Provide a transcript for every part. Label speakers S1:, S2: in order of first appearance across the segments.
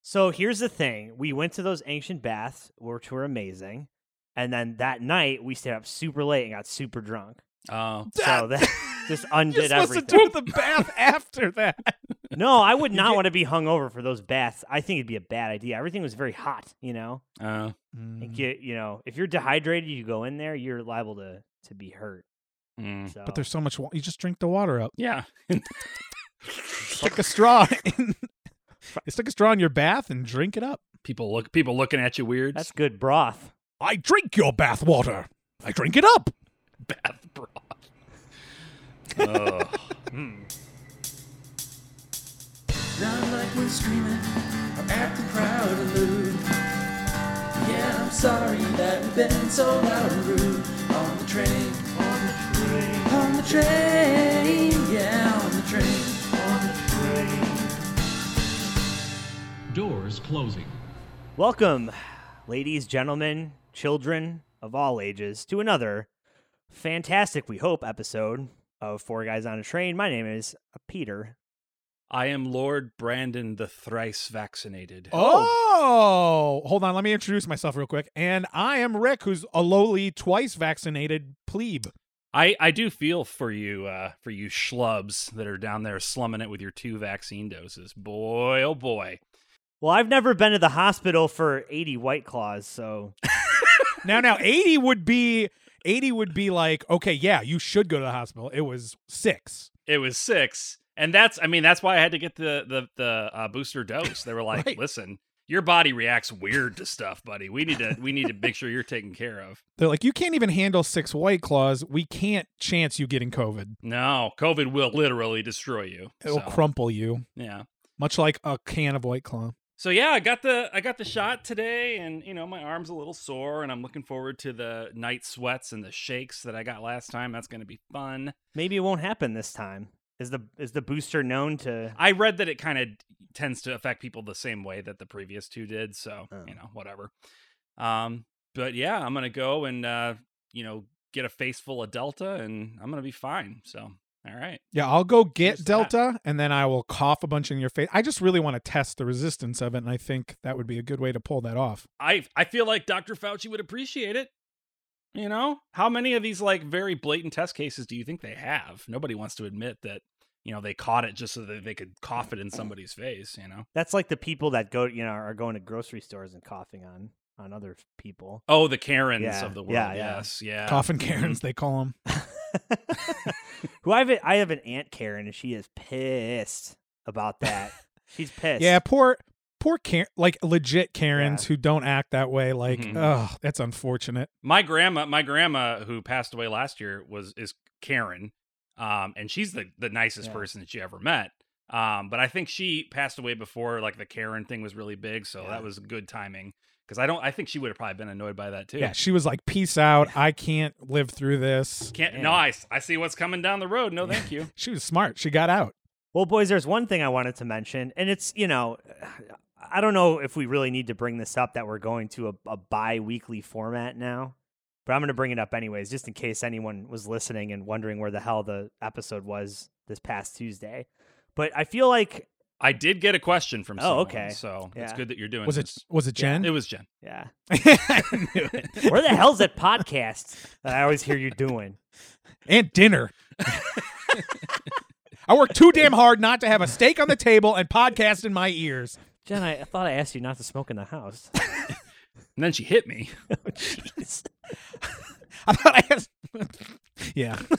S1: So here's the thing: we went to those ancient baths, which were amazing, and then that night we stayed up super late and got super drunk.
S2: Oh,
S1: So that just undid everything.
S3: to do the bath after that.
S1: no, I would
S2: You
S1: not
S2: did-
S1: want to be hungover for those baths. I think it'd be a bad idea. Everything was very hot, you know.
S2: oh,
S3: Mm.
S1: And get you know, if you're dehydrated, you go in there, you're liable to to be hurt.
S2: mm.
S1: So
S3: But there's so much. Wa- you just drink the water up.
S2: yeah.
S3: Stick a straw. In- you stick a straw in your bath and drink it up.
S2: people look people looking at you weird.
S1: that's good broth.
S3: I drink your bath water. I drink it up.
S2: bath broth. Ugh.
S4: Not like we're screaming I'm acting proud and lewd. Yeah, I'm sorry that we've been so loud and rude. On the train, on the train, on the train, yeah, on the train, on the train.
S5: Doors closing.
S1: Welcome, ladies, gentlemen, children of all ages, to another fantastic, we hope, episode of Four Guys on a Train. My name is uh, Peter.
S2: I am Lord Brandon the thrice vaccinated.
S3: Oh. hold on. Let me introduce myself real quick. And I am Rick, who's a lowly, twice vaccinated plebe.
S2: I I do feel for you uh for you schlubs that are down there slumming it with your two vaccine doses. Boy, oh boy.
S1: Well, I've never been to the hospital for 80 White Claws, so
S3: Now, now, eighty would be eighty would be like, okay, yeah, you should go to the hospital. It was six.
S2: It was 6. And that's I mean that's why I had to get the the the uh, booster dose. They were like,
S3: Right.
S2: "Listen, your body reacts weird to stuff, buddy. We need to we need to make sure you're taken care of."
S3: They're like, you can't even handle six white claws. We can't chance you getting COVID.
S2: No, COVID will literally destroy you.
S3: It'll
S2: So,
S3: crumple you,
S2: yeah.
S3: much like a can of white claw.
S2: So yeah, I got the I got the shot today, and you know my arm's a little sore, and I'm looking forward to the night sweats and the shakes that I got last time. That's going to be fun.
S1: maybe it won't happen this time. Is the is the booster known to
S2: I read that it kind of tends to affect people the same way that the previous two did, so
S1: Oh.
S2: you know whatever. Um, but yeah, I'm gonna go and uh, you know get a face full of Delta, and I'm gonna be fine. So all right,
S3: Yeah, I'll go
S2: Here's
S3: get
S2: that.
S3: Delta and then I will cough a bunch in your face. I just really want to test the resistance of it, and I think that would be a good way to pull that off.
S2: I I feel like Dr. Fauci would appreciate it. You know, how many of these like very blatant test cases do you think they have? Nobody wants to admit that, you know, they caught it just so that they could cough it in somebody's face, you know.
S1: That's like the people that go, you know, are going to grocery stores and coughing on on other people.
S2: Oh, the Karens
S1: Yeah,
S2: of the world.
S1: yeah, yeah.
S2: Yes. Yeah. Mm-hmm.
S3: Coffin Karens, they call them.
S1: Who I have a, I have an aunt Karen and she is pissed about that. She's pissed.
S3: Yeah, poor, poor Karen, like legit Karens who don't act that way. Like,
S2: Mhm.
S3: ugh, that's unfortunate.
S2: My grandma, my grandma who passed away last year was is Karen, um, and she's the the nicest
S1: Yeah.
S2: person that you ever met. Um, but I think she passed away before like the Karen thing was really big, so
S1: Yeah.
S2: that was good timing. Because I don't, I think she would have probably been annoyed by that too.
S3: Yeah, she was like, peace out. I can't live through this.
S2: Can't.
S1: Man.
S2: No, I, s- I see what's coming down the road. No, thank you.
S3: She was smart. She got out.
S1: Well, boys, there's one thing I wanted to mention, and it's, you know, I don't know if we really need to bring this up that we're going to a, a bi weekly format now, but I'm going to bring it up anyways, just in case anyone was listening and wondering where the hell the episode was this past Tuesday. But I feel like,
S2: I did get a question from.
S1: Oh,
S2: someone,
S1: okay.
S2: So it's
S1: Yeah.
S2: good that you're doing.
S3: Was it?
S2: this.
S3: Was it Jen?
S2: It was Jen.
S1: yeah,
S3: I knew it.
S1: where the hell's that podcast that I always hear you doing?
S3: and dinner. I work too damn hard not to have a steak on the table and podcast in my ears.
S1: Jen, I, I thought I asked you not to smoke in the house.
S2: And then she hit me.
S3: I thought I asked. yeah.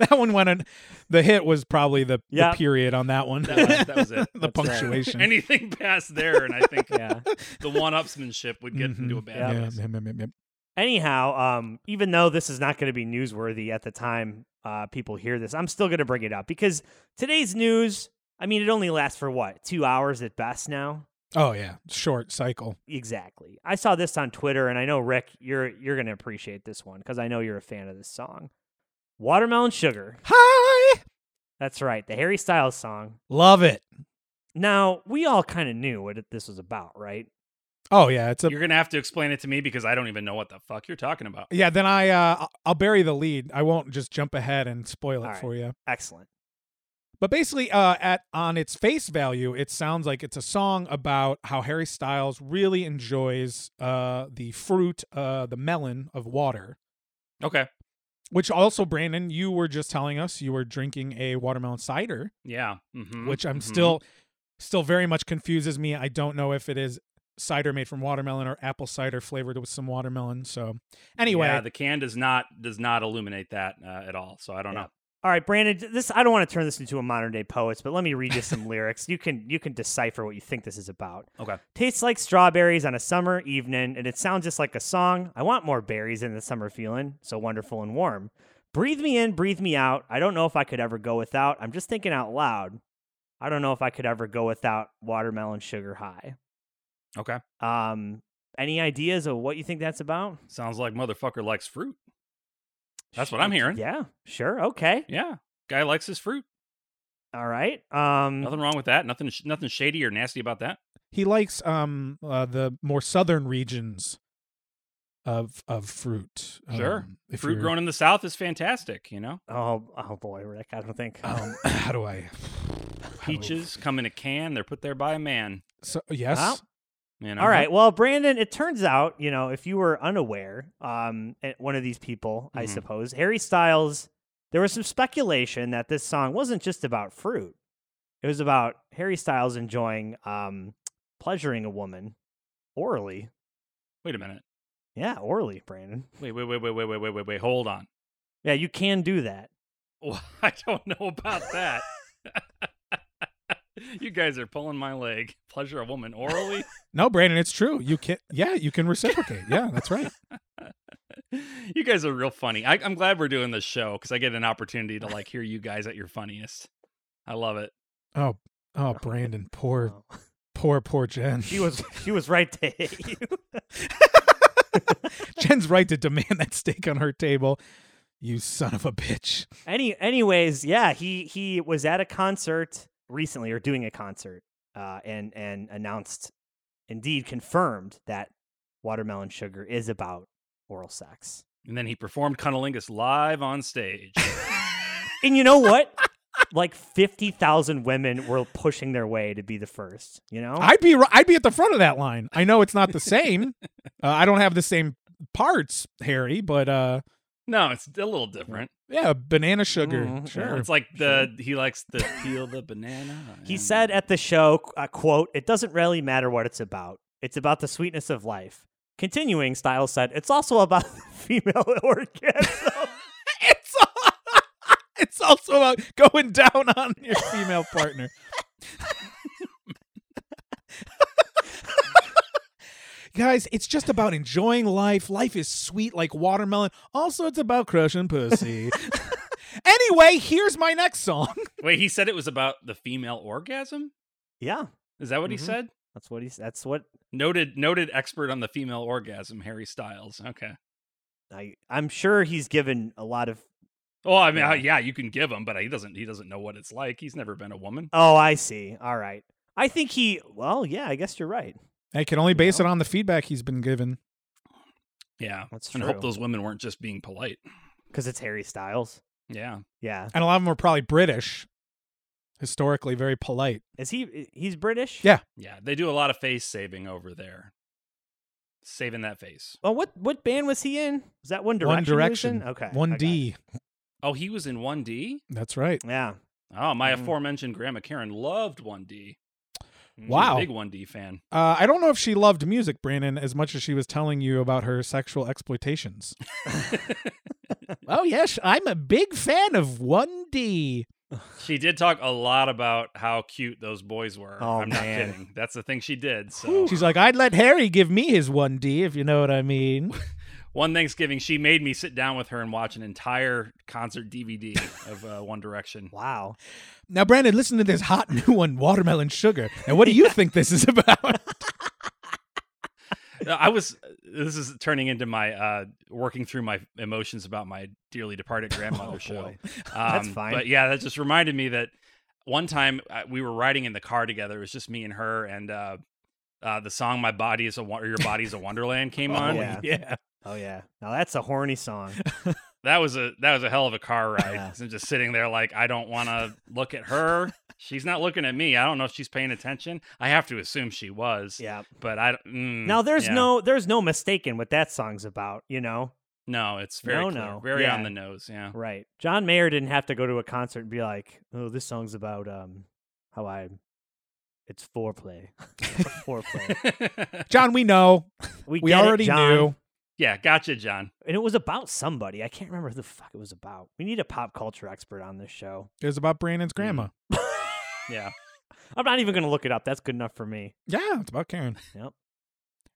S3: that one went on. The hit was probably the, the
S1: Yeah.
S3: period on that one.
S2: That was, that was it.
S3: the
S1: That's right.
S3: punctuation.
S2: Anything past there, and I think
S1: Yeah.
S2: the one-upsmanship would get into a
S3: Mhm.
S2: bad
S3: Yeah,
S2: place.
S3: yep, yep, yep, yep.
S1: Anyhow, um, even though this is not going to be newsworthy at the time uh, people hear this, I'm still going to bring it up because today's news, I mean, it only lasts for what, two hours at best now?
S3: Oh yeah, short cycle.
S1: Exactly. I saw this on Twitter, and I know, Rick, you're, you're going to appreciate this one because I know you're a fan of this song Watermelon Sugar.
S3: Hi,
S1: That's right, the Harry Styles song.
S3: love it.
S1: Now, we all kind of knew what it- this was about, right?
S3: Oh yeah, it's a
S2: You're gonna have to explain it to me because I don't even know what the fuck you're talking about.
S3: yeah. Then I uh, I'll bury the lead. I won't just jump ahead and spoil it
S1: All right.
S3: for you.
S1: Excellent.
S3: But basically, uh, at on its face value, it sounds like it's a song about how Harry Styles really enjoys uh, the fruit, uh, the melon of water.
S2: Okay.
S3: Which also, Brandon, you were just telling us you were drinking a watermelon cider,
S2: Yeah. mhm,
S3: which I'm
S2: mhm.
S3: still, still very much confuses me. I don't know if it is cider made from watermelon or apple cider flavored with some watermelon. So, anyway,
S2: Yeah, the can does not does not illuminate that uh, at all. So I don't
S1: Yeah.
S2: know.
S1: All right, Brandon. d- This I don't want to turn this into a modern day poets, but let me read you some lyrics. You can you can decipher what you think this is about.
S2: Okay.
S1: Tastes like strawberries on a summer evening, and it sounds just like a song. I want more berries in the summer feeling, so wonderful and warm. Breathe me in, breathe me out. I don't know if I could ever go without. I'm just thinking out loud. I don't know if I could ever go without watermelon sugar high.
S2: Okay.
S1: Um, any ideas of what you think that's about?
S2: Sounds like motherfucker likes fruit. That's what I'm hearing. Yeah.
S1: Yeah, sure, okay,
S2: Guy likes his fruit.
S1: all right. Um,
S2: Nothing wrong with that. Nothing sh- nothing shady or nasty about that.
S3: he likes um uh, the more southern regions of of fruit.
S2: Sure.
S3: Um, if
S2: fruit
S3: you're-
S2: grown in the south is fantastic, you know.
S1: oh, oh boy, Rick. I don't think.
S2: Oh,
S3: Um, how do I? how do I-
S2: Peaches come in a can, they're put there by a man,
S3: So yes.
S1: Well,
S2: you know.
S1: All right. Well, Brandon, it turns out, you know, if you were unaware, um, at one of these people, I
S2: Mhm.
S1: suppose, Harry Styles, there was some speculation that this song wasn't just about fruit. It was about Harry Styles enjoying um, pleasuring a woman orally.
S2: Wait a minute.
S1: Yeah, orally, Brandon.
S2: Wait, wait, wait, wait, wait, wait, wait, wait, wait. Hold on.
S1: Yeah, you can do that.
S2: Well, I don't know about that. you guys are pulling my leg. Pleasure a woman orally?
S3: No, Brandon, it's true. You can. Yeah, you can reciprocate. yeah, that's right.
S2: you guys are real funny. I, I'm glad we're doing this show because I get an opportunity to like hear you guys at your funniest. I love it.
S3: Oh, oh, Brandon, poor,
S1: Oh.
S3: poor, poor Jen.
S1: She was she was right to hit you.
S3: Jen's right to demand that steak on her table. You son of a bitch.
S1: Any, anyways, yeah, he he was at a concert recently or doing a concert, uh, and and announced, indeed confirmed that watermelon sugar is about oral sex.
S2: And then he performed Cunnilingus live on stage.
S1: And you know what? like fifty thousand women were pushing their way to be the first. You know,
S3: I'd be, ri- I'd be at the front of that line. I know it's not the same. uh, I don't have the same parts, Harry, but uh,
S2: no, it's a little different.
S3: yeah, banana sugar.
S1: Mm, yeah,
S3: sure.
S2: It's like the he likes to peel the banana.
S1: he
S2: and-
S1: said at the show, uh, "quote It doesn't really matter what it's about. It's about the sweetness of life." Continuing, Styles said, "It's also about female orgasm."
S3: it's it's also about going down on your female partner. Guys, it's just about enjoying life. Life is sweet like watermelon. Also, it's about crushing pussy. anyway, here's my next song.
S2: Wait, he said it was about the female orgasm?
S1: yeah,
S2: Is that what he
S1: Mhm.
S2: said?
S1: that's what he's. That's what
S2: Noted noted expert on the female orgasm, Harry Styles. Okay.
S1: I I'm sure he's given a lot of.
S2: Well, I mean,
S1: Yeah.
S2: yeah. yeah, you can give him, but he doesn't. He doesn't know what it's like. He's never been a woman.
S1: Oh, I see. All right. I think he. Well, yeah. I guess you're right.
S3: I can only base it on the feedback he's been given.
S2: Yeah,
S1: That's
S2: and
S1: true.
S2: I hope those women weren't just being polite.
S1: Because it's Harry Styles.
S2: Yeah,
S1: Yeah.
S3: And a lot of them are probably British, historically very polite.
S1: Is he? He's British.
S3: Yeah.
S2: yeah, they do a lot of face saving over there, saving that face.
S1: Well, what what band was he in? Was that One Direction?
S3: One
S1: he was
S3: Direction.
S1: in? Okay. I
S3: One
S1: got it.
S3: D.
S2: Oh, he was in One D.
S3: That's right.
S1: Yeah.
S2: Oh, my
S1: Mhm.
S2: aforementioned Grandma Karen loved One D.
S3: Wow.
S2: big One D fan.
S3: Uh, I don't know if she loved music, Brandon, as much as she was telling you about her sexual exploitations. oh yes, I'm a big fan of 1D.
S2: she did talk a lot about how cute those boys were.
S1: Oh, man.
S2: I'm not kidding. That's the thing she did. So
S3: She's like, I'd let Harry give me his 1D if you know what I mean.
S2: one Thanksgiving, she made me sit down with her and watch an entire concert DVD of uh, One Direction.
S1: Wow.
S3: Now, Brandon, listen to this hot new one, Watermelon Sugar. And what do you think this is about?
S2: Uh, I was. This is turning into my uh, working through my emotions about my dearly departed grandmother show.
S1: Oh, boy.
S2: Um,
S1: fine.
S2: But yeah, that just reminded me that one time uh, we were riding in the car together. It was just me and her, and uh, uh, the song "My Body
S1: Oh,
S2: Is a Won- or Your Body's a Wonderland" came on.
S1: yeah.
S3: yeah.
S1: Oh yeah. Now that's a horny song.
S2: That was a that was a hell of a car ride.
S1: Yeah.
S2: I'm just sitting there like I don't want to look at her. She's not looking at me. I don't know if she's paying attention. I have to assume she was.
S1: Yeah.
S2: But I don't- mm,
S1: Now there's
S2: yeah.
S1: no there's no mistaking what that song's about, you know?
S2: no. It's very
S1: No,
S2: clear,
S1: no.
S2: very
S1: Yeah.
S2: on the nose. Yeah.
S1: Right. John Mayer didn't have to go to a concert and be like, "Oh, this song's about um how I it's foreplay." foreplay.
S3: John, we know.
S1: We,
S3: We
S1: get it,
S3: already
S1: John.
S3: knew.
S2: yeah. Gotcha, John.
S1: And it was about somebody. I can't remember who the fuck it was about. We need a pop culture expert on this show.
S3: It was about Brandon's grandma.
S2: Yeah.
S1: I'm not even going to look it up. That's good enough for me.
S3: Yeah, it's about Karen.
S1: Yep.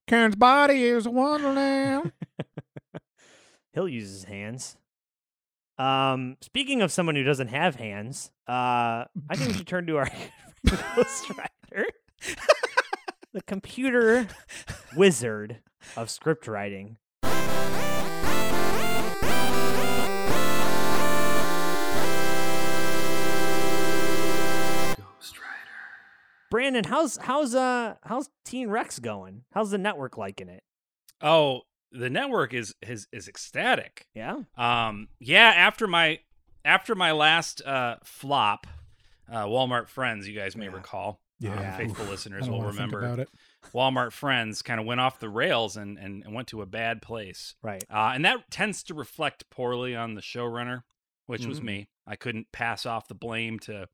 S3: Karen's body is a wonderland.
S1: He'll use his hands. Um, speaking of someone who doesn't have hands, uh, I think we should turn to our Ghost Rider, the computer wizard of script writing. Brandon, how's how's uh how's Teen Rex going? How's the network liking it?
S2: Oh, the network is is is ecstatic.
S1: Yeah,
S2: Um, yeah, after my after my last uh, flop, uh, Walmart Friends, you guys may
S1: Yeah.
S2: recall,
S3: Yeah.
S2: um, faithful
S3: I
S2: listeners
S3: don't
S2: will
S3: wanna think about
S2: remember.
S3: it.
S2: Walmart Friends kind of went off the rails and, and and went to a bad place,
S1: right.
S2: uh, and that tends to reflect poorly on the showrunner, which was
S3: Mm.
S1: Mhm.
S2: me. I couldn't pass off the blame to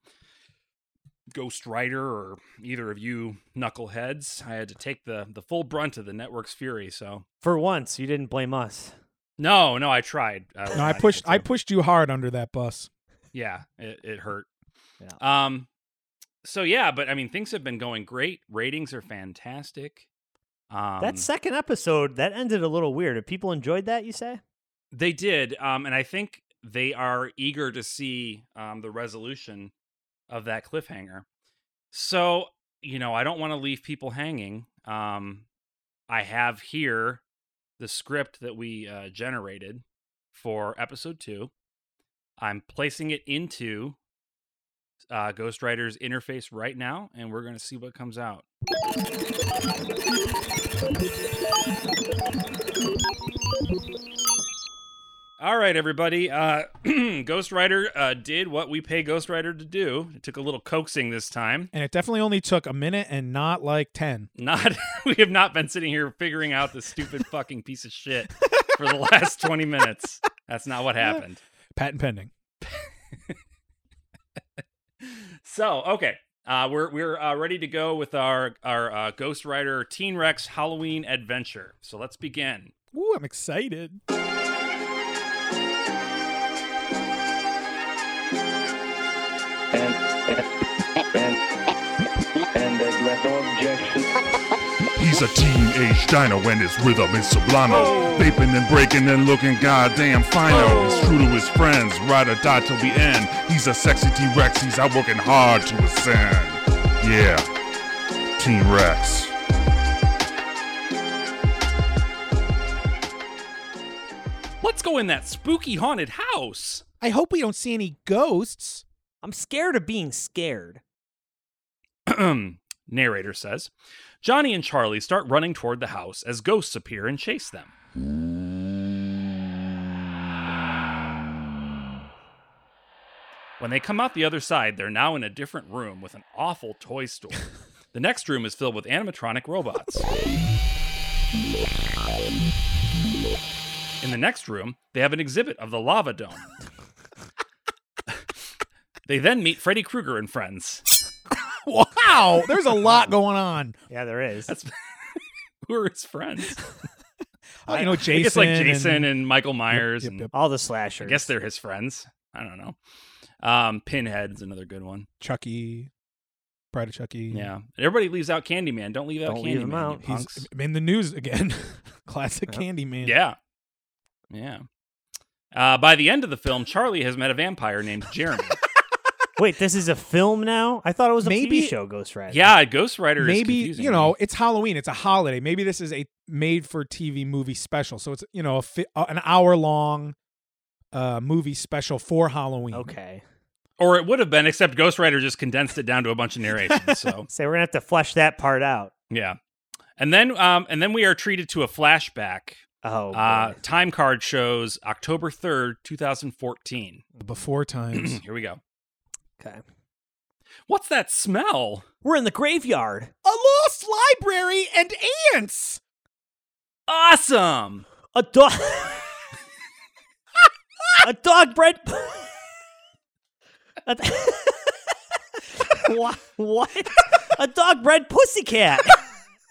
S2: Ghost Rider or either of you knuckleheads. I had to take the the full brunt of the network's fury. So
S1: For once, you didn't blame us.
S2: no, no, I tried. was
S3: No, I
S2: not
S3: pushed.
S2: able
S3: I
S2: to.
S3: pushed you hard under that bus.
S2: yeah it, it hurt um so yeah but i mean things have been going great ratings are fantastic um
S1: that second episode that ended a little weird. If people enjoyed that, you say?
S2: they did um and i think they are eager to see um the resolution of that cliffhanger so you know i don't want to leave people hanging um i have here the script that we uh, generated for episode two i'm placing it into uh, ghostwriter's interface right now and we're going to see what comes out All right, everybody. Uh, Ghostwriter uh, did what we pay Ghostwriter to do. It took a little coaxing this time.
S3: And it definitely only took a minute and not like 10.
S2: Not we have not been sitting here figuring out this stupid fucking piece of shit for the last twenty minutes. That's not what happened.
S3: Patent pending.
S2: So okay, uh, we're we're uh, ready to go with our our uh, Ghostwriter Teen Rex Halloween adventure. So let's begin.
S3: Ooh, I'm excited.
S5: and and and there's left no objection.
S6: He's a teenage dino and his rhythm is sublime. Vaping and breaking and looking goddamn fino. He's true to his friends, ride or die till the end. He's a sexy T-Rex, he's out working hard to ascend. Yeah, Teen Rex.
S2: Let's go in that spooky haunted house.
S3: I hope we don't see any ghosts.
S1: I'm scared of being scared.
S2: Narrator says Johnny and Charlie start running toward the house as ghosts appear and chase them. When they come out the other side, they're now in a different room with an awful toy store. the next room is filled with animatronic robots. In the next room, they have an exhibit of the lava dome. they then meet Freddy Krueger and friends.
S3: Wow, there's a lot going on.
S1: Yeah, there is.
S2: That's who are his friends?
S3: Oh, you know,
S2: I
S3: Jason.
S2: guess like Jason and,
S3: and-
S2: Michael Myers.
S3: Yep, yep, yep.
S2: and
S1: All the
S2: I
S1: slashers.
S2: guess they're his friends. I don't know. Um, Pinhead is another good one.
S3: Chucky. Pride of Chucky.
S2: Yeah. Everybody leaves out Candyman. Don't leave out
S1: Don't
S2: Candyman.
S1: leave him
S2: you
S1: out.
S2: punks.
S3: He's in the news again. Classic
S1: Yeah.
S3: Candyman.
S2: Yeah. Yeah. Uh, by the end of the film, Charlie has met a vampire named Jeremy.
S1: Wait, this is a film now? I thought it was a
S3: Maybe-
S1: TV show, Ghost Rider.
S2: yeah, Ghost Rider is
S3: Maybe,
S2: confusing
S3: you
S2: me.
S3: know, it's Halloween. It's a holiday. Maybe this is a made for TV movie special. So it's, you know, a fi- uh, an hour long uh, movie special for Halloween.
S1: Okay.
S2: Or it would have been, except Ghost Rider just condensed it down to a bunch of narrations. So
S1: So we're gonna have to flesh that part out.
S2: yeah. And then um, and then we are treated to a flashback
S1: Oh,
S2: Uh,
S1: boy.
S2: time card shows October 3rd, 2014.
S3: Before times.
S2: Here we go.
S1: okay.
S2: What's that smell?
S1: We're in the graveyard.
S3: A lost library and ants.
S2: Awesome.
S1: A dog. a dog bred. a what? what? A dog bred pussycat.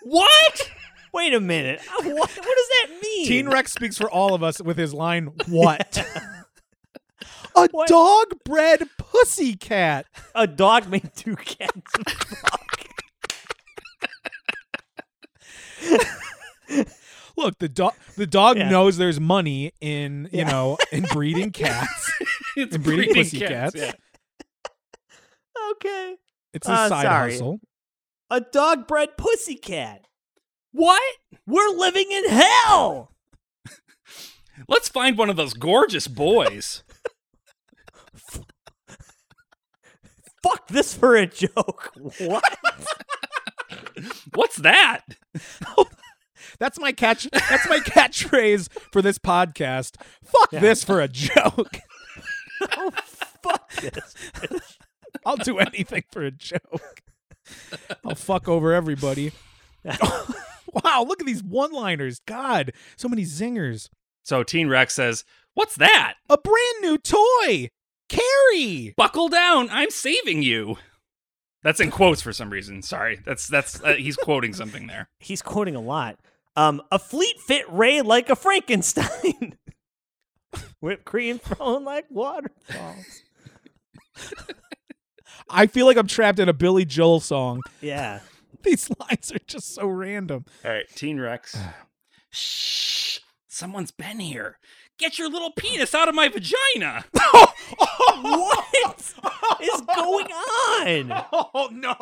S2: What?
S1: Wait a minute. What, what does that mean?
S3: Teen Rex speaks for all of us with his line, What? A
S1: What?
S3: dog bred pussycat.
S1: a dog made two cats. Fuck.
S3: Look, the dog the dog
S1: Yeah.
S3: knows there's money in, you
S1: Yeah.
S3: know, in breeding cats.
S2: It's
S3: And breeding pussy cats.
S2: yeah.
S1: okay.
S3: It's a
S1: Uh,
S3: side
S1: sorry.
S3: hustle.
S1: A dog bred pussycat. What? We're living in hell.
S2: Let's find one of those gorgeous boys.
S1: Fuck this for a joke. What?
S2: What's that?
S3: That's my catch that's my catchphrase for this podcast. Fuck this for a joke.
S1: oh, fuck this.
S3: I'll do anything for a joke. I'll fuck over everybody. wow, look at these one-liners. God, so many zingers.
S2: So Teen Rex says, What's that?
S3: A brand new toy. Carrie.
S2: Buckle down. I'm saving you. That's in quotes for some reason. Sorry. That's that's uh, he's quoting something there.
S1: He's quoting a lot. Um, a fleet fit Ray like a Frankenstein. Whipped cream thrown like waterfalls.
S3: I feel like I'm trapped in a Billy Joel song.
S1: Yeah.
S3: These lines are just so random.
S2: All right, Teen Rex. Shh. Someone's been here. Get your little penis out of my vagina.
S1: What is going on?
S3: Oh no.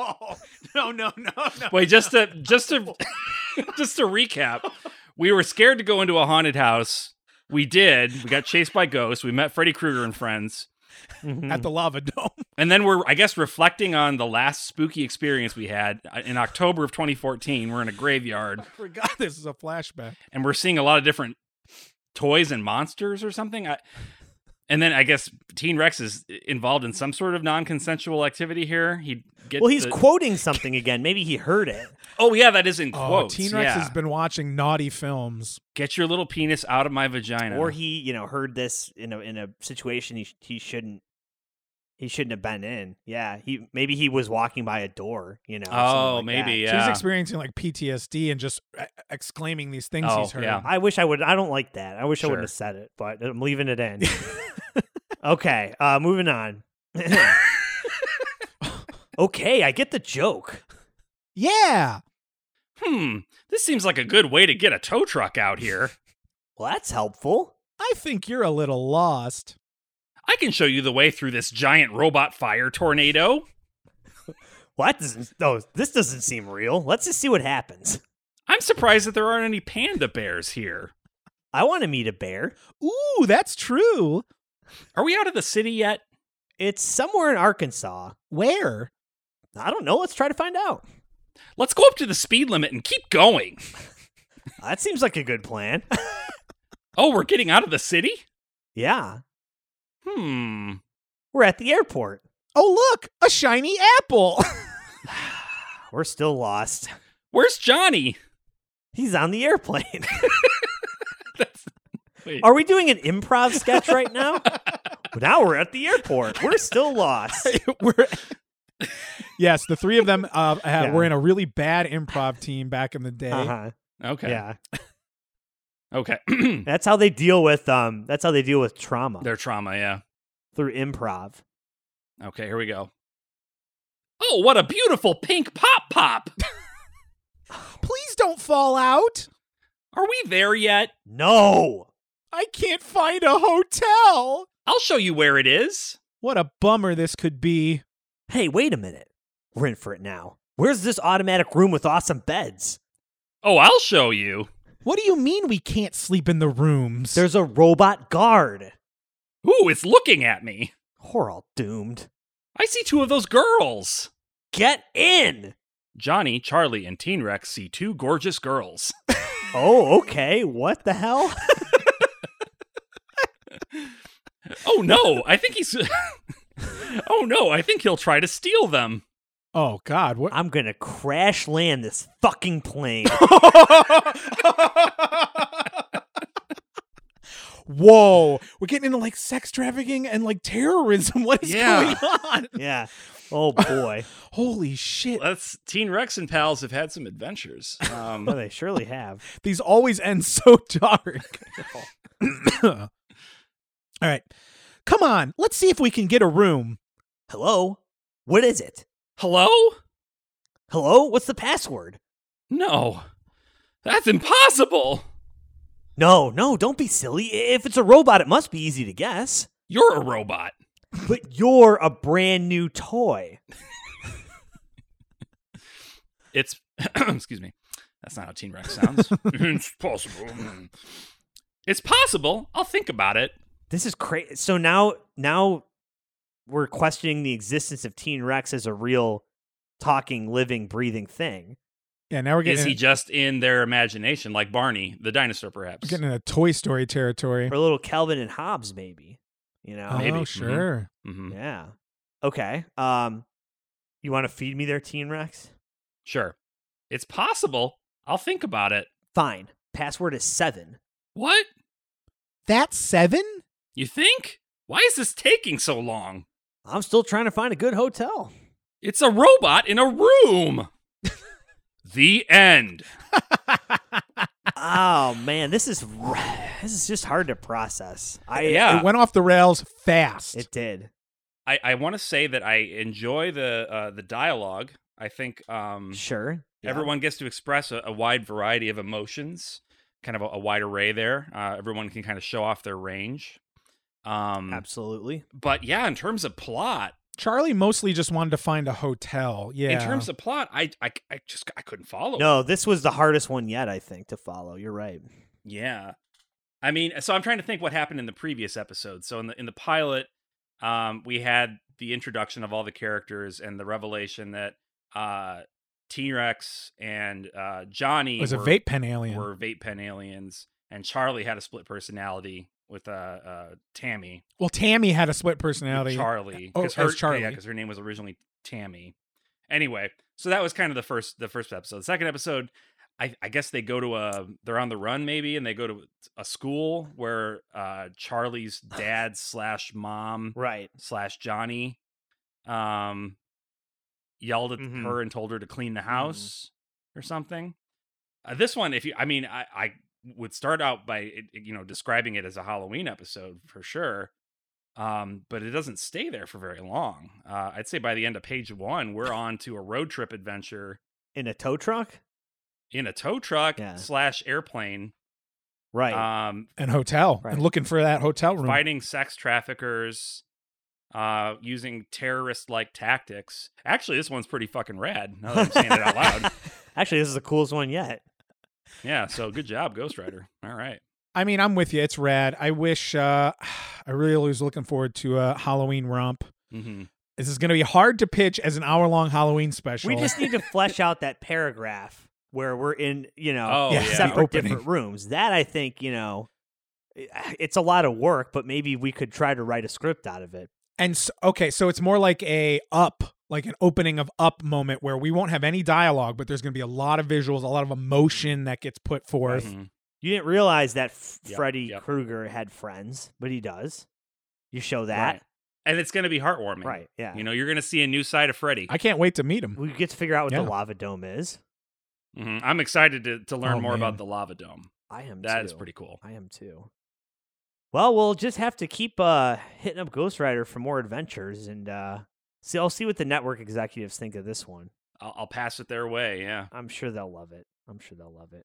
S3: No, no, no, no.
S2: Wait, just to just to just to recap, we were scared to go into a haunted house. We did. We got chased by ghosts. We met Freddy Krueger and friends. Hmm.
S3: At the lava dome.
S2: And then we're, I guess, reflecting on the last spooky experience we had uh, in October of 2014. We're in a graveyard
S3: I forgot this is a flashback.
S2: and we're seeing a lot of different toys and monsters or something. I, and then I guess Teen Rex is involved in some sort of non-consensual activity here. He gets
S1: Well, he's
S2: the-
S1: quoting something again. Maybe he heard it.
S2: oh yeah, that is in
S3: Oh,
S2: quotes.
S3: Teen Rex
S2: yeah.
S3: has been watching naughty films.
S2: get your little penis out of my vagina.
S1: or he you know heard this in a in a situation he sh- he shouldn't he shouldn't have been in yeah he maybe he was walking by a door you know or something
S2: oh
S1: like
S2: maybe
S1: that.
S3: She's
S2: yeah.
S3: experiencing like PTSD and just e- exclaiming these things
S2: Oh,
S3: he's heard.
S2: yeah.
S1: i wish i would i don't like that i wish i
S2: Sure.
S1: wouldn't have said it but i'm leaving it in okay uh moving on okay i get the joke
S3: Yeah.
S2: hmm, this seems like a good way to get a tow truck out here.
S1: well that's helpful
S3: I think you're a little lost.
S2: I can show you the way through this giant robot fire tornado.
S1: well that doesn't oh this doesn't seem real let's just see what happens
S2: I'm surprised that there aren't any panda bears here.
S1: i want to meet a bear
S3: Ooh, that's true.
S2: Are we out of the city yet?
S1: it's somewhere in arkansas
S3: Where?
S1: i don't know let's try to find out
S2: Let's go up to the speed limit and keep going.
S1: That seems like a good plan.
S2: Oh, we're getting out of the city?
S1: yeah.
S2: Hmm.
S1: We're at the airport.
S3: Oh, look, a shiny apple.
S1: We're still lost.
S2: Where's Johnny?
S1: He's on the airplane.
S2: Wait.
S1: Are we doing an improv sketch right now? now we're at the airport. We're still lost.
S3: We're- yes, the three of them uh, ha-
S1: Yeah.
S3: were in a really bad improv team back in the day.
S1: Uh-huh.
S2: Okay.
S1: Yeah.
S2: Okay.
S1: That's how they deal with um that's how they deal with trauma
S2: Their trauma, yeah.
S1: through improv.
S2: Okay, here we go. Oh, what a beautiful pink pop pop.
S3: Please don't fall out.
S2: Are we there yet?
S1: No.
S3: I can't find a hotel.
S2: I'll show you where it is.
S3: What a bummer this could be.
S1: Hey, wait a minute. We're in for it now. Where's this automatic room with awesome beds?
S2: Oh, I'll show you.
S3: What do you mean we can't sleep in the rooms?
S1: There's a robot guard.
S2: Ooh, it's looking at me.
S1: We're all doomed.
S2: I see two of those girls.
S1: Get in.
S2: Johnny, Charlie, and Teen Rex see two gorgeous girls.
S1: oh, okay. What the hell?
S2: Oh no, I think he's. oh no, I think he'll try to steal them.
S3: Oh God! What?
S1: I'm gonna crash land this fucking plane.
S3: Whoa! We're getting into like sex trafficking and like terrorism. What is
S2: Yeah.
S3: going on?
S1: yeah. Oh boy.
S3: Holy shit!
S2: That's Teen Rex and pals have had some adventures.
S1: Well,
S2: Um,
S1: they surely have.
S3: These always end so dark. All right. Come on, let's see if we can get a room.
S1: Hello. What is it?
S2: hello?
S1: Hello. What's the password?
S2: No, that's impossible.
S1: No, no. Don't be silly. I- If it's a robot, it must be easy to guess.
S2: You're a robot.
S1: But you're a brand new toy.
S2: It's excuse me. That's not how Teen Rex sounds. it's possible. Mm. It's possible. I'll think about it.
S1: This is crazy. So now, now we're questioning the existence of Teen Rex as a real talking, living, breathing thing.
S3: Yeah, now we're
S2: Is
S3: getting,
S2: he just in their imagination, like Barney the dinosaur, perhaps?
S3: we're getting in a Toy Story territory.
S1: Or little Calvin and Hobbes, maybe. You know?
S3: Oh,
S2: maybe.
S3: sure.
S2: hmm
S1: Yeah. Okay. Um, you want to feed me their Teen Rex?
S2: Sure. It's possible. I'll think about it.
S1: Fine. Password is seven.
S2: What?
S3: That's seven?
S2: You think? Why is this taking so long?
S1: I'm still trying to find a good hotel.
S2: It's a robot in a room. the end.
S1: oh man, this is r- this is just hard to process. I
S2: Uh, yeah.
S3: It went off the rails fast.
S1: it did.
S2: I, I want to say that I enjoy the uh, the dialogue. I think um,
S1: Sure. Yeah.
S2: everyone gets to express a, a wide variety of emotions, kind of a, a wide array there. Uh, everyone can kind of show off their range. Um,
S1: Absolutely.
S2: but yeah, in terms of plot,
S3: Charlie mostly just wanted to find a hotel. Yeah.
S2: in terms of plot, I, I I just I couldn't follow. it.
S1: No, this was the hardest one yet, I think, to follow. You're right.
S2: Yeah. I mean, so I'm trying to think what happened in the previous episode. So in the in the pilot, um, we had the introduction of all the characters and the revelation that uh T Rex and uh Johnny
S3: it was a
S2: were-
S3: vape pen alien.
S2: were vape pen aliens and Charlie had a split personality with uh uh Tammy.
S3: well, Tammy had a split
S2: with
S3: personality.
S2: Charlie.
S3: Oh,
S2: 'cause her,
S3: as Charlie.
S2: Yeah, because her name was originally Tammy. Anyway, so that was kind of the first the first episode. The second episode, I, I guess they go to a they're on the run maybe, and they go to a school where uh, Charlie's dad slash mom
S1: Right.
S2: slash Johnny um yelled at
S1: Mhm.
S2: her and told her to clean the house or something. Uh, this one, if you, I mean, I, I would start out by it- it, you know describing it as a Halloween episode for sure, um, but it doesn't stay there for very long. Uh, I'd say by the end of page one, we're on to a road trip adventure
S1: In a tow truck?
S2: in a tow truck
S1: Yeah.
S2: slash airplane,
S1: Right.
S2: um,
S3: and hotel.
S1: Right.
S3: And looking for that hotel room.
S2: fighting sex traffickers, uh, using terrorist like tactics. Actually, this one's pretty fucking rad now that I'm saying it out loud.
S1: Actually, this is the coolest one yet.
S2: Yeah, so good job, Ghost Rider. All right.
S3: I mean, I'm with you. It's rad. I wish uh I really was looking forward to a Halloween romp.
S2: Mm-hmm.
S3: This is gonna be hard to pitch as an hour long Halloween special.
S1: We just need to flesh out that paragraph where we're in, you know,
S2: Oh,
S3: Yeah,
S2: yeah.
S3: the
S1: separate
S3: opening.
S1: different rooms. That I think, you know, i- it's a lot of work, but maybe we could try to write a script out of it.
S3: And so, okay, so it's more like a up, like an opening of up moment where we won't have any dialogue, but there's going to be a lot of visuals, a lot of emotion that gets put forth.
S2: Mhm.
S1: You didn't realize that F-
S2: Yep,
S1: Freddy
S2: yep.
S1: Krueger had friends, but he does. You show that,
S2: And it's going to be heartwarming.
S1: right? yeah,
S2: You know, you're going to see a new side of Freddy.
S3: I can't wait to meet him.
S1: we get to figure out what
S3: Yeah.
S1: the lava dome is.
S2: Mhm. I'm excited to, to learn
S3: Oh,
S2: more
S3: man.
S2: about the Lava Dome.
S1: I am.
S2: That
S1: too.
S2: is pretty cool.
S1: I am too. Well, we'll just have to keep uh, hitting up Ghost Rider for more adventures, and uh, see. I'll see what the network executives think of this one.
S2: I'll, I'll pass it their way. Yeah.
S1: I'm sure they'll love it. I'm sure they'll love it.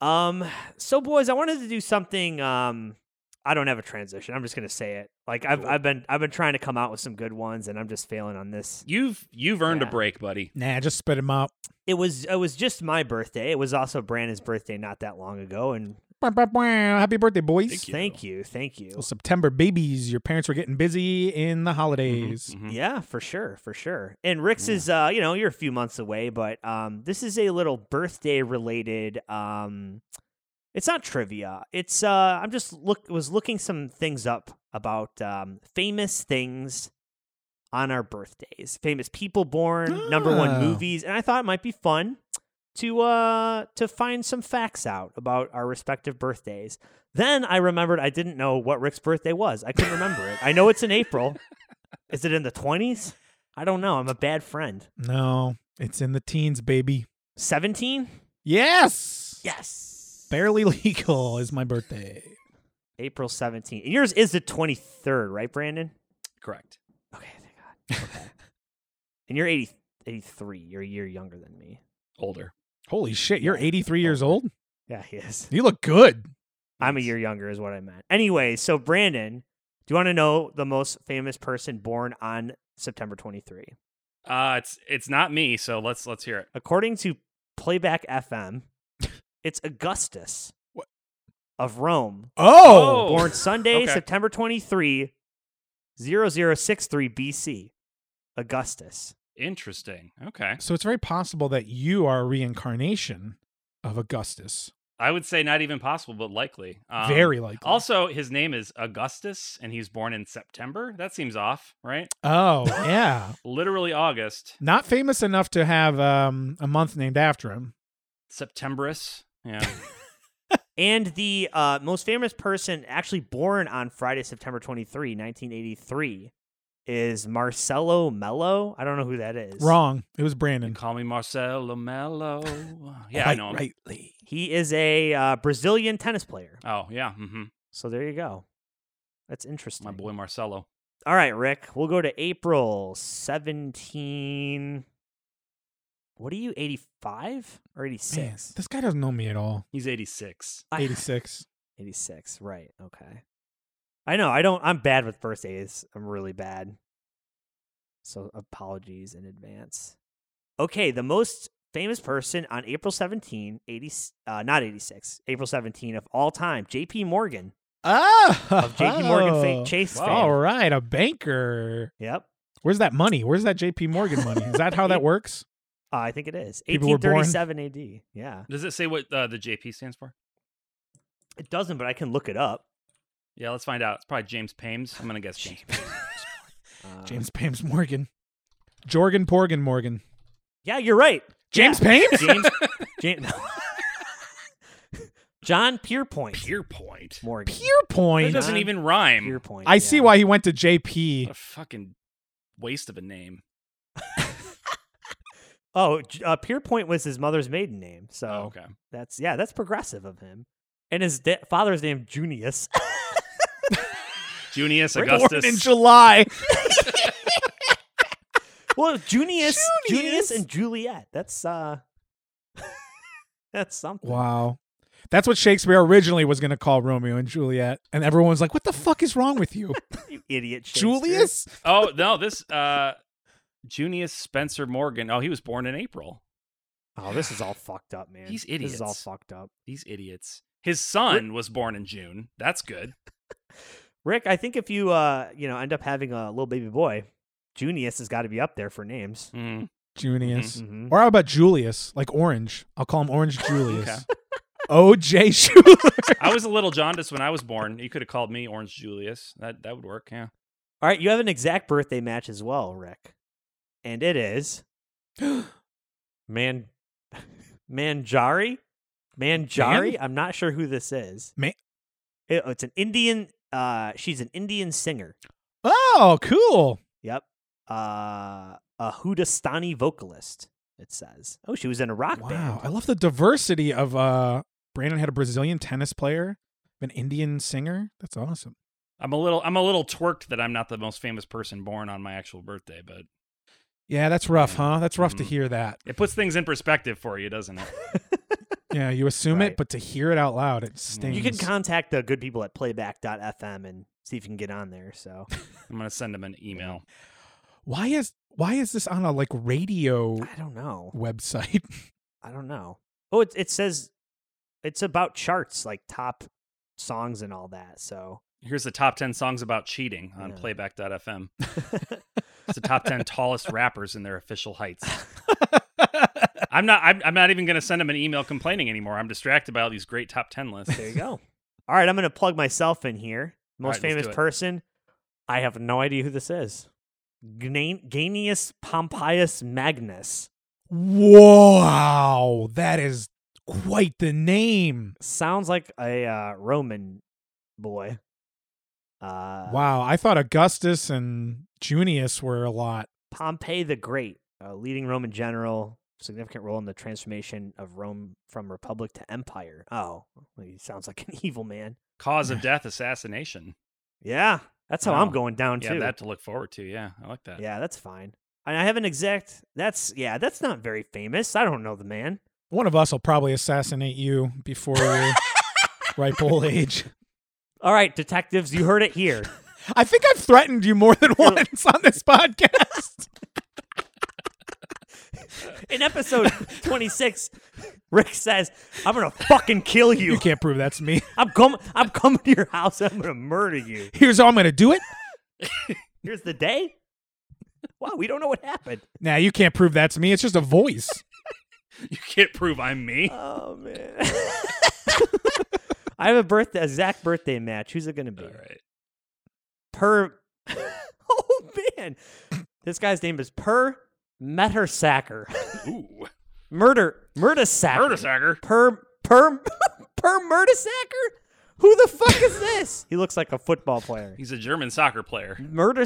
S1: Um, so boys, I wanted to do something. Um, I don't have a transition. I'm just gonna say it. Like I've
S2: Cool.
S1: I've been I've been trying to come out with some good ones, and I'm just failing on this.
S2: You've you've earned
S1: Yeah.
S2: a break, buddy.
S3: Nah, just spit him out.
S1: It was it was just my birthday. It was also Brandon's birthday not that long ago, and
S3: Bah, bah, bah. Happy birthday, boys.
S2: Thank you.
S1: Thank you. Thank you.
S3: Well, September babies, your parents were getting busy in the holidays.
S2: Mhm, mhm.
S1: Yeah, for sure, for sure. And Rick's is uh, you know, you're a few months away, but um this is a little birthday related um it's not trivia. It's uh I'm just look was looking some things up about um famous things on our birthdays. Famous people born, number
S3: Oh.
S1: 1 movies, and I thought it might be fun to uh to find some facts out about our respective birthdays. Then I remembered I didn't know what Rick's birthday was. I couldn't remember it. I know it's in April. Is it in the 20s? I don't know. I'm a bad friend.
S2: Mm-hmm.
S3: No, it's in the teens, baby.
S1: 17?
S3: Yes.
S1: Yes.
S3: Barely legal is my birthday.
S1: April 17th. Yours is the 23rd, right, Brandon?
S2: Correct.
S1: Okay, thank God. Okay. and you're 80, 83. You're a year younger than me.
S2: Older.
S3: Holy shit, you're 83 years old?
S1: Yeah, he is.
S3: You look good.
S1: I'm a year younger, is what I meant. Anyway, so Brandon, do you want to know the most famous person born on September 23?
S2: Uh, it's it's not me, so let's let's hear it.
S1: According to Playback FM, it's Augustus
S3: What?
S1: of Rome.
S3: Oh.
S2: Oh.
S1: Born Sunday,
S2: Okay.
S1: September 23, 0063 BC. Augustus.
S2: Interesting. Okay,
S3: So it's very possible that you are a reincarnation of Augustus.
S2: I would say not even possible, but likely. Um,
S3: very likely.
S2: Also, his name is Augustus, and he's born in September. That seems off, right?
S3: oh, yeah.
S2: Literally August,
S3: Not famous enough to have um, a month named after him.
S2: Septemberus. Yeah.
S1: And the uh, most famous person actually born on Friday, September 23, 1983 is Marcelo Mello. I don't know who that is.
S3: Wrong. It was Brandon.
S2: Call me Marcel Lamello. Yeah, I
S3: Quite
S2: know. him.
S3: rightly.
S1: He is a uh, Brazilian tennis player.
S2: Oh yeah, hmm
S1: So there you go. That's interesting.
S2: my boy Marcelo.
S1: All right, Rick, we'll go to April 17. What are you, 85 or 86?
S3: Man, this guy doesn't know me at all.
S2: He's 86.
S1: I-
S3: 86.
S1: 86 right okay i know i don't i'm bad with birthdays i'm really bad so apologies in advance okay the most famous person on april 17 80 uh, not 86 april 17 of all time jp morgan
S3: Oh.
S1: of jp morgan fa- chase fame.
S3: All right, a banker.
S1: yep
S3: Where's that money? Where's that JP Morgan money? Is that how that works?
S1: uh, i think it is
S3: People were born-
S1: 1837 ad yeah
S2: Does it say what uh, the JP stands for?
S1: it doesn't but i can look it up
S2: Yeah, let's find out. It's probably James Pames. I'm gonna guess James.
S1: Uh,
S3: James Pames Morgan. Jorgen Porgan Morgan.
S1: yeah you're right
S3: James
S1: yeah.
S3: Pames?
S1: james, james john pierpoint
S2: Pierpoint.
S1: morgan
S3: Pure
S2: That
S3: point.
S2: doesn't
S1: John
S2: even rhyme.
S1: Pierpoint,
S3: I see
S1: yeah.
S3: why he went to JP.
S2: What a fucking waste of a name.
S1: Oh, J- uh, Pierpoint was his mother's maiden name, so
S2: Oh, okay.
S1: that's yeah, that's progressive of him. And his da- father's name Junius.
S2: Junius
S3: Born in
S2: Augustus.
S3: July.
S1: well, Junius, Junius
S3: Junius.
S1: and Juliet. That's uh, that's something.
S3: Wow. That's what Shakespeare originally was going to call Romeo and Juliet. And everyone was like, what the fuck is wrong with you?
S1: You idiot, Shakespeare.
S3: Julius?
S2: oh no, this uh, Junius Spencer Morgan. Oh, he was born in April.
S1: Oh, this is all fucked up, man.
S2: These
S1: This is all
S2: idiots.
S1: fucked up.
S2: These idiots. His son was born in June. That's good.
S1: Rick, I think if you uh, you know, end up having a little baby boy, Junius has got to be up there for names.
S2: Mm.
S3: Junius.
S1: Mhm.
S3: Or how about Julius? Like Orange. I'll call him Orange
S2: Okay.
S3: Julius. OJ Schuler.
S2: I was a little jaundiced when I was born. You could have called me Orange Julius. That that would work. Yeah.
S1: All right, you have an exact birthday match as well, Rick, and it is Man Manjari. Manjari. I'm not sure who this is.
S3: Ma-
S1: It- oh, it's an Indian. Uh, she's an Indian singer.
S3: Oh, cool.
S1: Yep. Uh, a Hindustani vocalist. It says. Oh, she was in a rock
S3: Wow.
S1: band.
S3: I love the diversity of uh Brandon had a Brazilian tennis player, an Indian singer. That's awesome.
S2: I'm a little I'm a little twerked that I'm not the most famous person born on my actual birthday, but
S3: Yeah, that's rough, huh? That's rough to
S2: Mhm.
S3: hear that.
S2: it puts things in perspective for you, doesn't it?
S3: Yeah, you assume
S1: Right.
S3: it, but to hear it out loud, it stings.
S1: You can contact the good people at Playback.fm and see if you can get on there. So
S2: I'm gonna send him an email.
S3: why is why is this on a like radio
S1: I don't know.
S3: website?
S1: I don't know. Oh, it it says it's about charts, like top songs and all that. So
S2: Here's the top 10 songs about cheating on
S1: Yeah.
S2: playback.fm. It's the top 10 tallest rappers in their official heights. I'm not I'm, I'm not even going to send them an email complaining anymore. I'm distracted by all these great top 10 lists.
S1: there you go. all right, I'm gonna plug myself in here. Most
S2: right, let's
S1: famous
S2: do it.
S1: person. I have no idea who this is. Gna- Ganius Pompeius Magnus.
S3: Wow, that is quite the name.
S1: Sounds like a uh, Roman boy. Uh,
S3: Wow, I thought Augustus and Junius were a lot.
S1: Pompey the Great, a leading Roman general, significant role in the transformation of Rome from republic to empire. Oh, well, he sounds like an evil man.
S2: Cause of death assassination.
S1: Yeah, that's how
S2: Oh,
S1: I'm going down
S2: Yeah,
S1: too.
S2: that to look forward to. Yeah, I like that.
S1: yeah, that's fine. And I have an exact. That's yeah, that's not very famous. I don't know the man.
S3: One of us will probably assassinate you before your ripe old age.
S1: All right, detectives, you heard it here.
S3: I think I've threatened you more than once on this podcast.
S1: In episode 26, Rick says, "I'm gonna fucking kill you.
S3: You can't prove that's me.
S1: I'm coming. I'm coming to your house. I'm gonna murder you."
S3: Here's how I'm going to do it.
S1: Here's the day. Wow, we don't know what happened.
S3: Nah, you can't prove that's me. It's just a voice.
S2: You can't prove I'm me.
S1: Oh man. I have a birthday, a Zach birthday match. Who's it gonna be?
S2: All right.
S1: Per. oh man, this guy's name is Per Metersacker.
S2: Ooh.
S1: Murder Murdersacker.
S2: Murdersacker.
S1: Per Per Per Murdersacker. Who the fuck is this? he looks like a football player.
S2: He's a German soccer player.
S1: Murder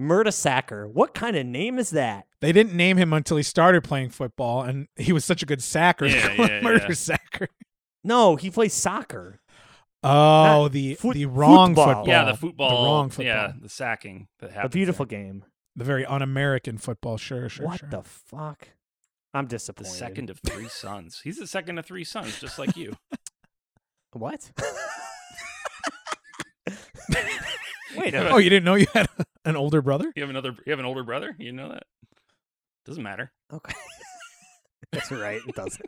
S1: Murdersacker. What kind of name is that?
S3: They didn't name him until he started playing football, and he was such a good sacker. they
S2: Yeah,
S3: called him
S2: yeah,
S3: murder
S2: yeah.
S3: sacker.
S1: No, he plays soccer.
S3: Oh, the
S1: foot-
S3: the wrong
S1: football.
S3: football.
S2: Yeah, the football.
S3: The wrong football.
S2: Yeah, the sacking that happened.
S1: A beautiful game.
S3: The very un-American football. Sure, sure.
S1: what
S3: sure.
S1: the fuck? I'm
S2: The
S1: disappointed.
S2: second of three sons. He's the second of three sons, just like you.
S1: What? Wait a
S3: Oh, you didn't know you had a- an older brother?
S2: You have another. You have an older brother. You know that. Doesn't matter.
S1: Okay. That's right. It doesn't.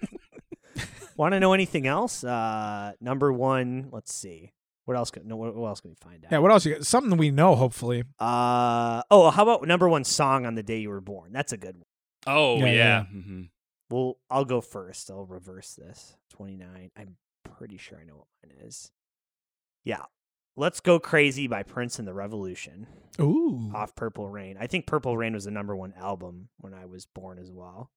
S1: Want to know anything else? Uh, number one. Let's see. What else? Can, no, what, what else can we find
S3: Yeah.
S1: out?
S3: What else? You got? Something we know, hopefully.
S1: Uh, oh, how about number one song on the day you were born? That's a good one.
S2: Oh
S3: Yeah,
S2: yeah.
S3: yeah.
S2: hmm
S1: Well, I'll go first. I'll reverse this. Twenty nine. I'm pretty sure I know what mine is. Yeah. Let's go crazy by Prince and the Revolution
S3: Ooh.
S1: off Purple Rain. I think Purple Rain was the number one album when I was born as well,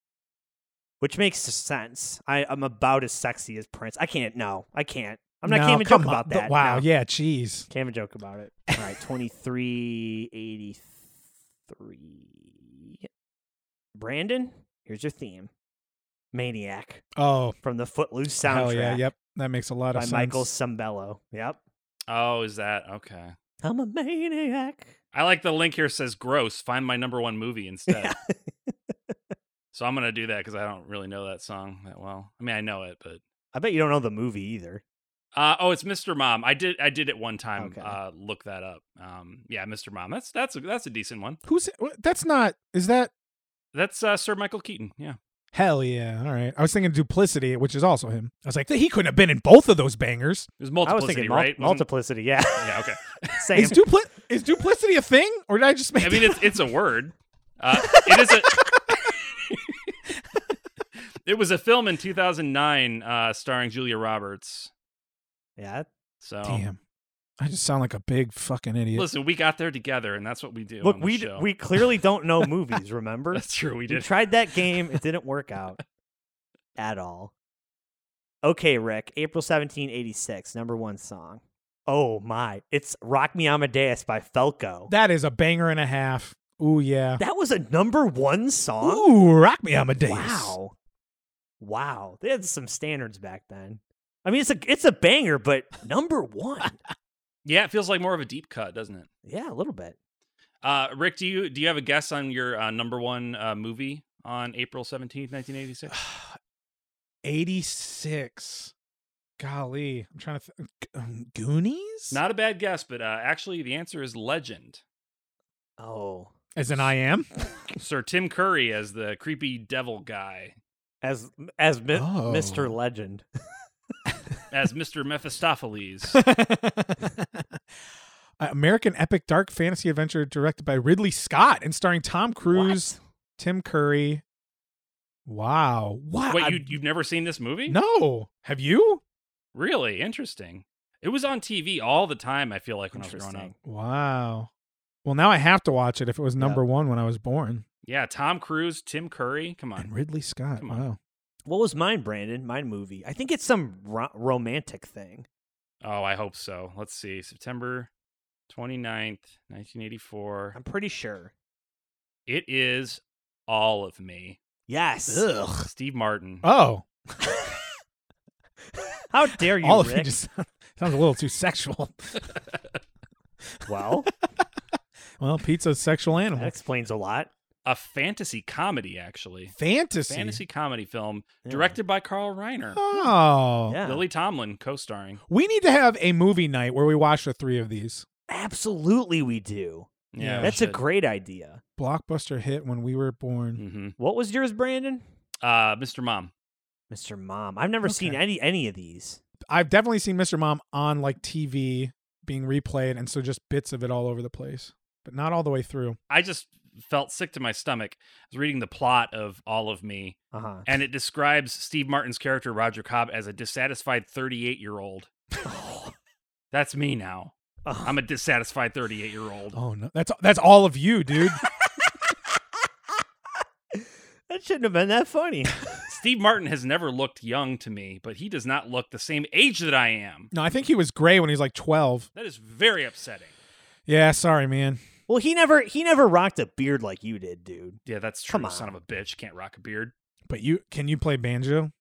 S1: which makes sense. I, I'm about as sexy as Prince. I can't. No, I can't. I'm not.
S3: No,
S1: can't even
S3: come
S1: joke
S3: on.
S1: about
S3: Th-
S1: that.
S3: Wow.
S1: no.
S3: Yeah. Jeez.
S1: Can't even joke about it. All right, twenty three eighty three. Brandon, here's your theme, Maniac
S3: Oh.
S1: from the Footloose
S3: Hell
S1: soundtrack
S3: yeah. Yep. That makes a lot
S1: by
S3: of sense.
S1: Michael Sambello. Yep.
S2: Oh, is that okay?
S1: I'm a maniac.
S2: I like the link here says gross. Find my number one movie instead. So I'm gonna do that because I don't really know that song that well. I mean, I know it, but
S1: I bet you don't know the movie either.
S2: uh, oh, it's Mr. Mom. I did I did at one time
S1: Okay.
S2: uh, look that up. Um, yeah, Mr. Mom. That's that's a, that's a decent one.
S3: Who's? what- That's not. Is that?
S2: That's uh, Sir Michael Keaton. Yeah.
S3: Hell yeah. All right. I was thinking duplicity, which is also him. I was like, he couldn't have been in both of those
S2: It was
S3: bangers.
S1: I was
S2: multiplicity,
S1: thinking mul-
S2: right? Wasn't-
S1: multiplicity. Yeah.
S2: Yeah. Okay.
S1: Same.
S3: Is dupli- is duplicity a thing, or did I just make?
S2: I mean,
S3: that
S2: it's it's a word. Uh, it is a. it was a film in 2009 uh, starring Julia Roberts.
S1: yeah.
S2: So
S3: up? Damn. I just sound like a big fucking idiot.
S2: listen, we got there together, and that's what we do.
S1: Look,
S2: on the
S1: we d-
S2: show.
S1: we clearly don't know movies. Remember,
S2: that's true. We
S1: we
S2: did.
S1: tried that game. It didn't work out at all. Okay, Rick. April 1786, number one song. Oh my! It's "Rock Me Amadeus" by Felco. That,
S3: That is a banger and a half. Ooh yeah.
S1: was a number one song.
S3: Ooh, rock me Amadeus.
S1: wow, wow! They had some standards back then. I mean, it's a it's a banger, but number one.
S2: Yeah, it feels like more of a deep cut, doesn't it?
S1: yeah, a little bit.
S2: Uh, Rick, do you do you have a guess on your uh, number one uh, movie on April 17th, 1986?
S3: 86. Golly, I'm trying to th- um, Goonies?
S2: Not a bad guess, but uh, actually, the answer is Legend.
S1: Oh,
S3: as in I am.
S2: Sir Tim Curry as the creepy devil guy.
S1: as as mi-
S3: Oh.
S1: Mr. Legend.
S2: as Mr. Mephistopheles.
S3: American epic dark fantasy adventure directed by Ridley Scott and starring Tom Cruise, Tim Curry. Wow. Wow.
S2: Wait, you, you've never seen this movie?
S3: No. Have you?
S2: Really? Interesting. It was on TV all the time, I feel like, when I was growing up.
S1: Interesting.
S3: Wow. Well, now I have to watch it if it was number one when I was born.
S2: Yeah, Tom Cruise, Tim Curry. Come
S3: And
S2: on.
S3: Ridley Scott.
S2: Come on.
S3: Wow.
S1: What was mine, Brandon? Mine movie. I think it's some ro- romantic thing.
S2: Oh, I hope so. Let's see. September 29th, 1984.
S1: I'm pretty sure.
S2: It is All of Me.
S1: Yes.
S2: Steve Martin.
S1: Uh
S3: Oh.
S1: How dare you,
S3: all of
S1: Rick?
S3: you just sound- sounds a little too sexual.
S1: Well,
S3: Well, pizza's a sexual
S1: that
S3: animal.
S1: explains a lot.
S2: A fantasy comedy, actually.
S3: Fantasy.
S2: Fantasy comedy film
S1: Yeah.
S2: directed by Carl Reiner.
S3: Oh.
S1: Yeah.
S2: Lily Tomlin co starring.
S3: We need to have a movie night where we watch the three of these.
S1: Absolutely, we do.
S3: Yeah,
S2: Yeah.
S3: we
S1: That's a great idea.
S3: Blockbuster hit when we were born.
S2: hmm
S1: What was yours, Brandon?
S2: Uh, Mr. Mom.
S1: Mr. Mom. I've never seen
S3: Okay.
S1: any any of these.
S3: I've definitely seen Mr. Mom on like TV being replayed, and so just bits of it all over the place, but not all the way through.
S2: I just felt sick to my stomach. I was reading the plot of All of Me,
S1: Uh huh.
S2: and it describes Steve Martin's character, Roger Cobb, as a dissatisfied 38 year old. That's me now. I'm a dissatisfied 38 year old.
S3: Oh no, that's that's all of you, dude.
S1: that shouldn't have been that funny.
S2: Steve Martin has never looked young to me, but he does not look the same age that I am.
S3: no, I think he was gray when he was like twelve.
S2: That is very upsetting.
S3: Yeah, sorry, man.
S1: well, he never he never rocked a beard like you did, dude.
S2: Yeah, that's true.
S1: Come
S2: Son of a bitch, can't rock a beard.
S3: But you can you play banjo?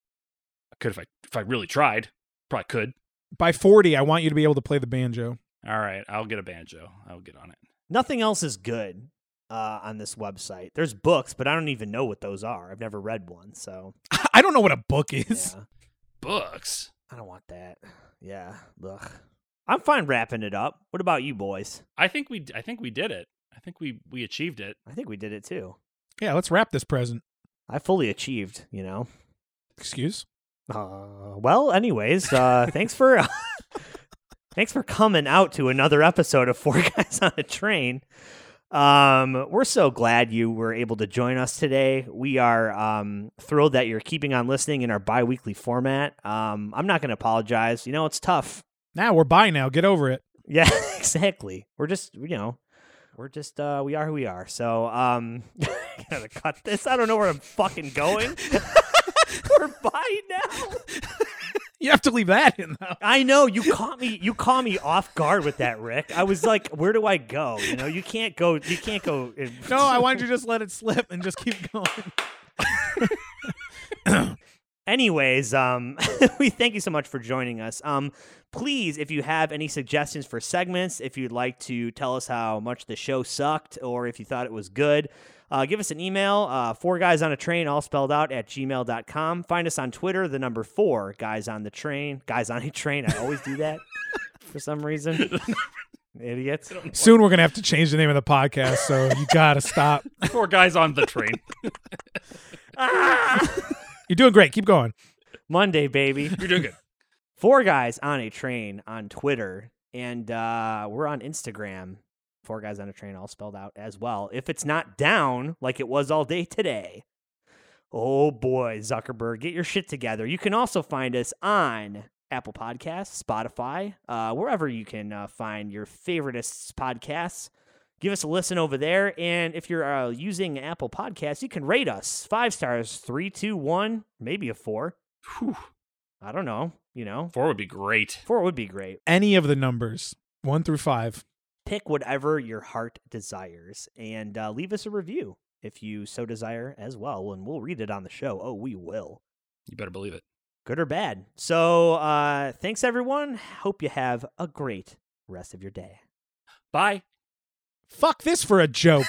S2: I could if I if I really tried. Probably could.
S3: By forty, I want you to be able to play the banjo.
S2: All right, I'll get a banjo. I'll get on it.
S1: Nothing else is good uh, on this website. There's books, but I don't even know what those are. I've never read one, so
S3: I don't know what a book
S1: yeah,
S3: is.
S2: Books.
S1: I don't want that. Yeah, ugh. I'm fine wrapping it up. What about you, boys?
S2: I think we I think we did it. I think we we achieved it.
S1: I think we did it too.
S3: Yeah, let's wrap this present.
S1: I fully achieved, you know.
S3: Excuse.
S1: Uh, well, anyways, uh, thanks for thanks for coming out to another episode of Four Guys on a Train. Um, we're so glad you were able to join us today. We are um, thrilled that you're keeping on listening in our bi-weekly format. Um, I'm not going to apologize. You know, it's tough.
S3: Now we're by now. Get over it.
S1: Yeah, exactly. We're just, you know, we're just uh, we are who we are. So, um, gotta cut this. I don't know where I'm fucking going. we're by now.
S3: You have to leave that in though.
S1: I know you caught me. You caught me off guard with that, Rick. I was like, "Where do I go?" You know, you can't go. You can't go. in-
S3: No, I wanted you to just let it slip and just keep going.
S1: Anyways, um, we thank you so much for joining us. Um, please, if you have any suggestions for segments, if you'd like to tell us how much the show sucked or if you thought it was good, uh, give us an email, uh, four guys on a train, all spelled out at gmail.com. Find us on Twitter, the number four guys on the train, guys on a train. I always do that for some reason. Idiots.
S3: Soon we're gonna have to change the name of the podcast, so you gotta stop.
S2: Four guys on the train.
S3: You're doing great. Keep going.
S1: Ah! Monday, baby.
S2: You're doing good.
S1: Four guys on a train on Twitter, and uh, we're on Instagram. Four guys on a train, all spelled out as well. If it's not down like it was all day today, oh boy, Zuckerberg, get your shit together. You can also find us on Apple Podcasts, Spotify, uh, wherever you can uh, find your favoriteest podcasts. Give us a listen over there, and if you're uh, using Apple Podcasts, you can rate us five stars, three, two, one, maybe a four.
S2: Whew.
S1: I don't know. You know,
S2: Four would be great.
S1: Four would be great.
S3: Any of the numbers, one through five.
S1: Pick whatever your heart desires and uh, leave us a review if you so desire as well. And we'll read it on the show. Oh, we will.
S2: You better believe it.
S1: Good or bad. So uh, thanks, everyone. Hope you have a great rest of your day.
S2: Bye.
S3: Fuck this for a joke.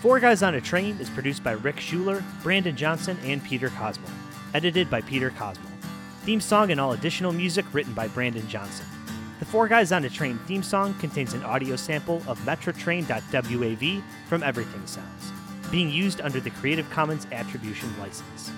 S1: Four Guys on a Train is produced by Rick Schuler, Brandon Johnson, and Peter Cosmo. Edited by Peter Cosmo. Theme song and all additional music written by Brandon Johnson. The Four Guys on a Train theme song contains an audio sample of Metrotrain.wav from Everything Sounds. being used under the Creative Commons Attribution License.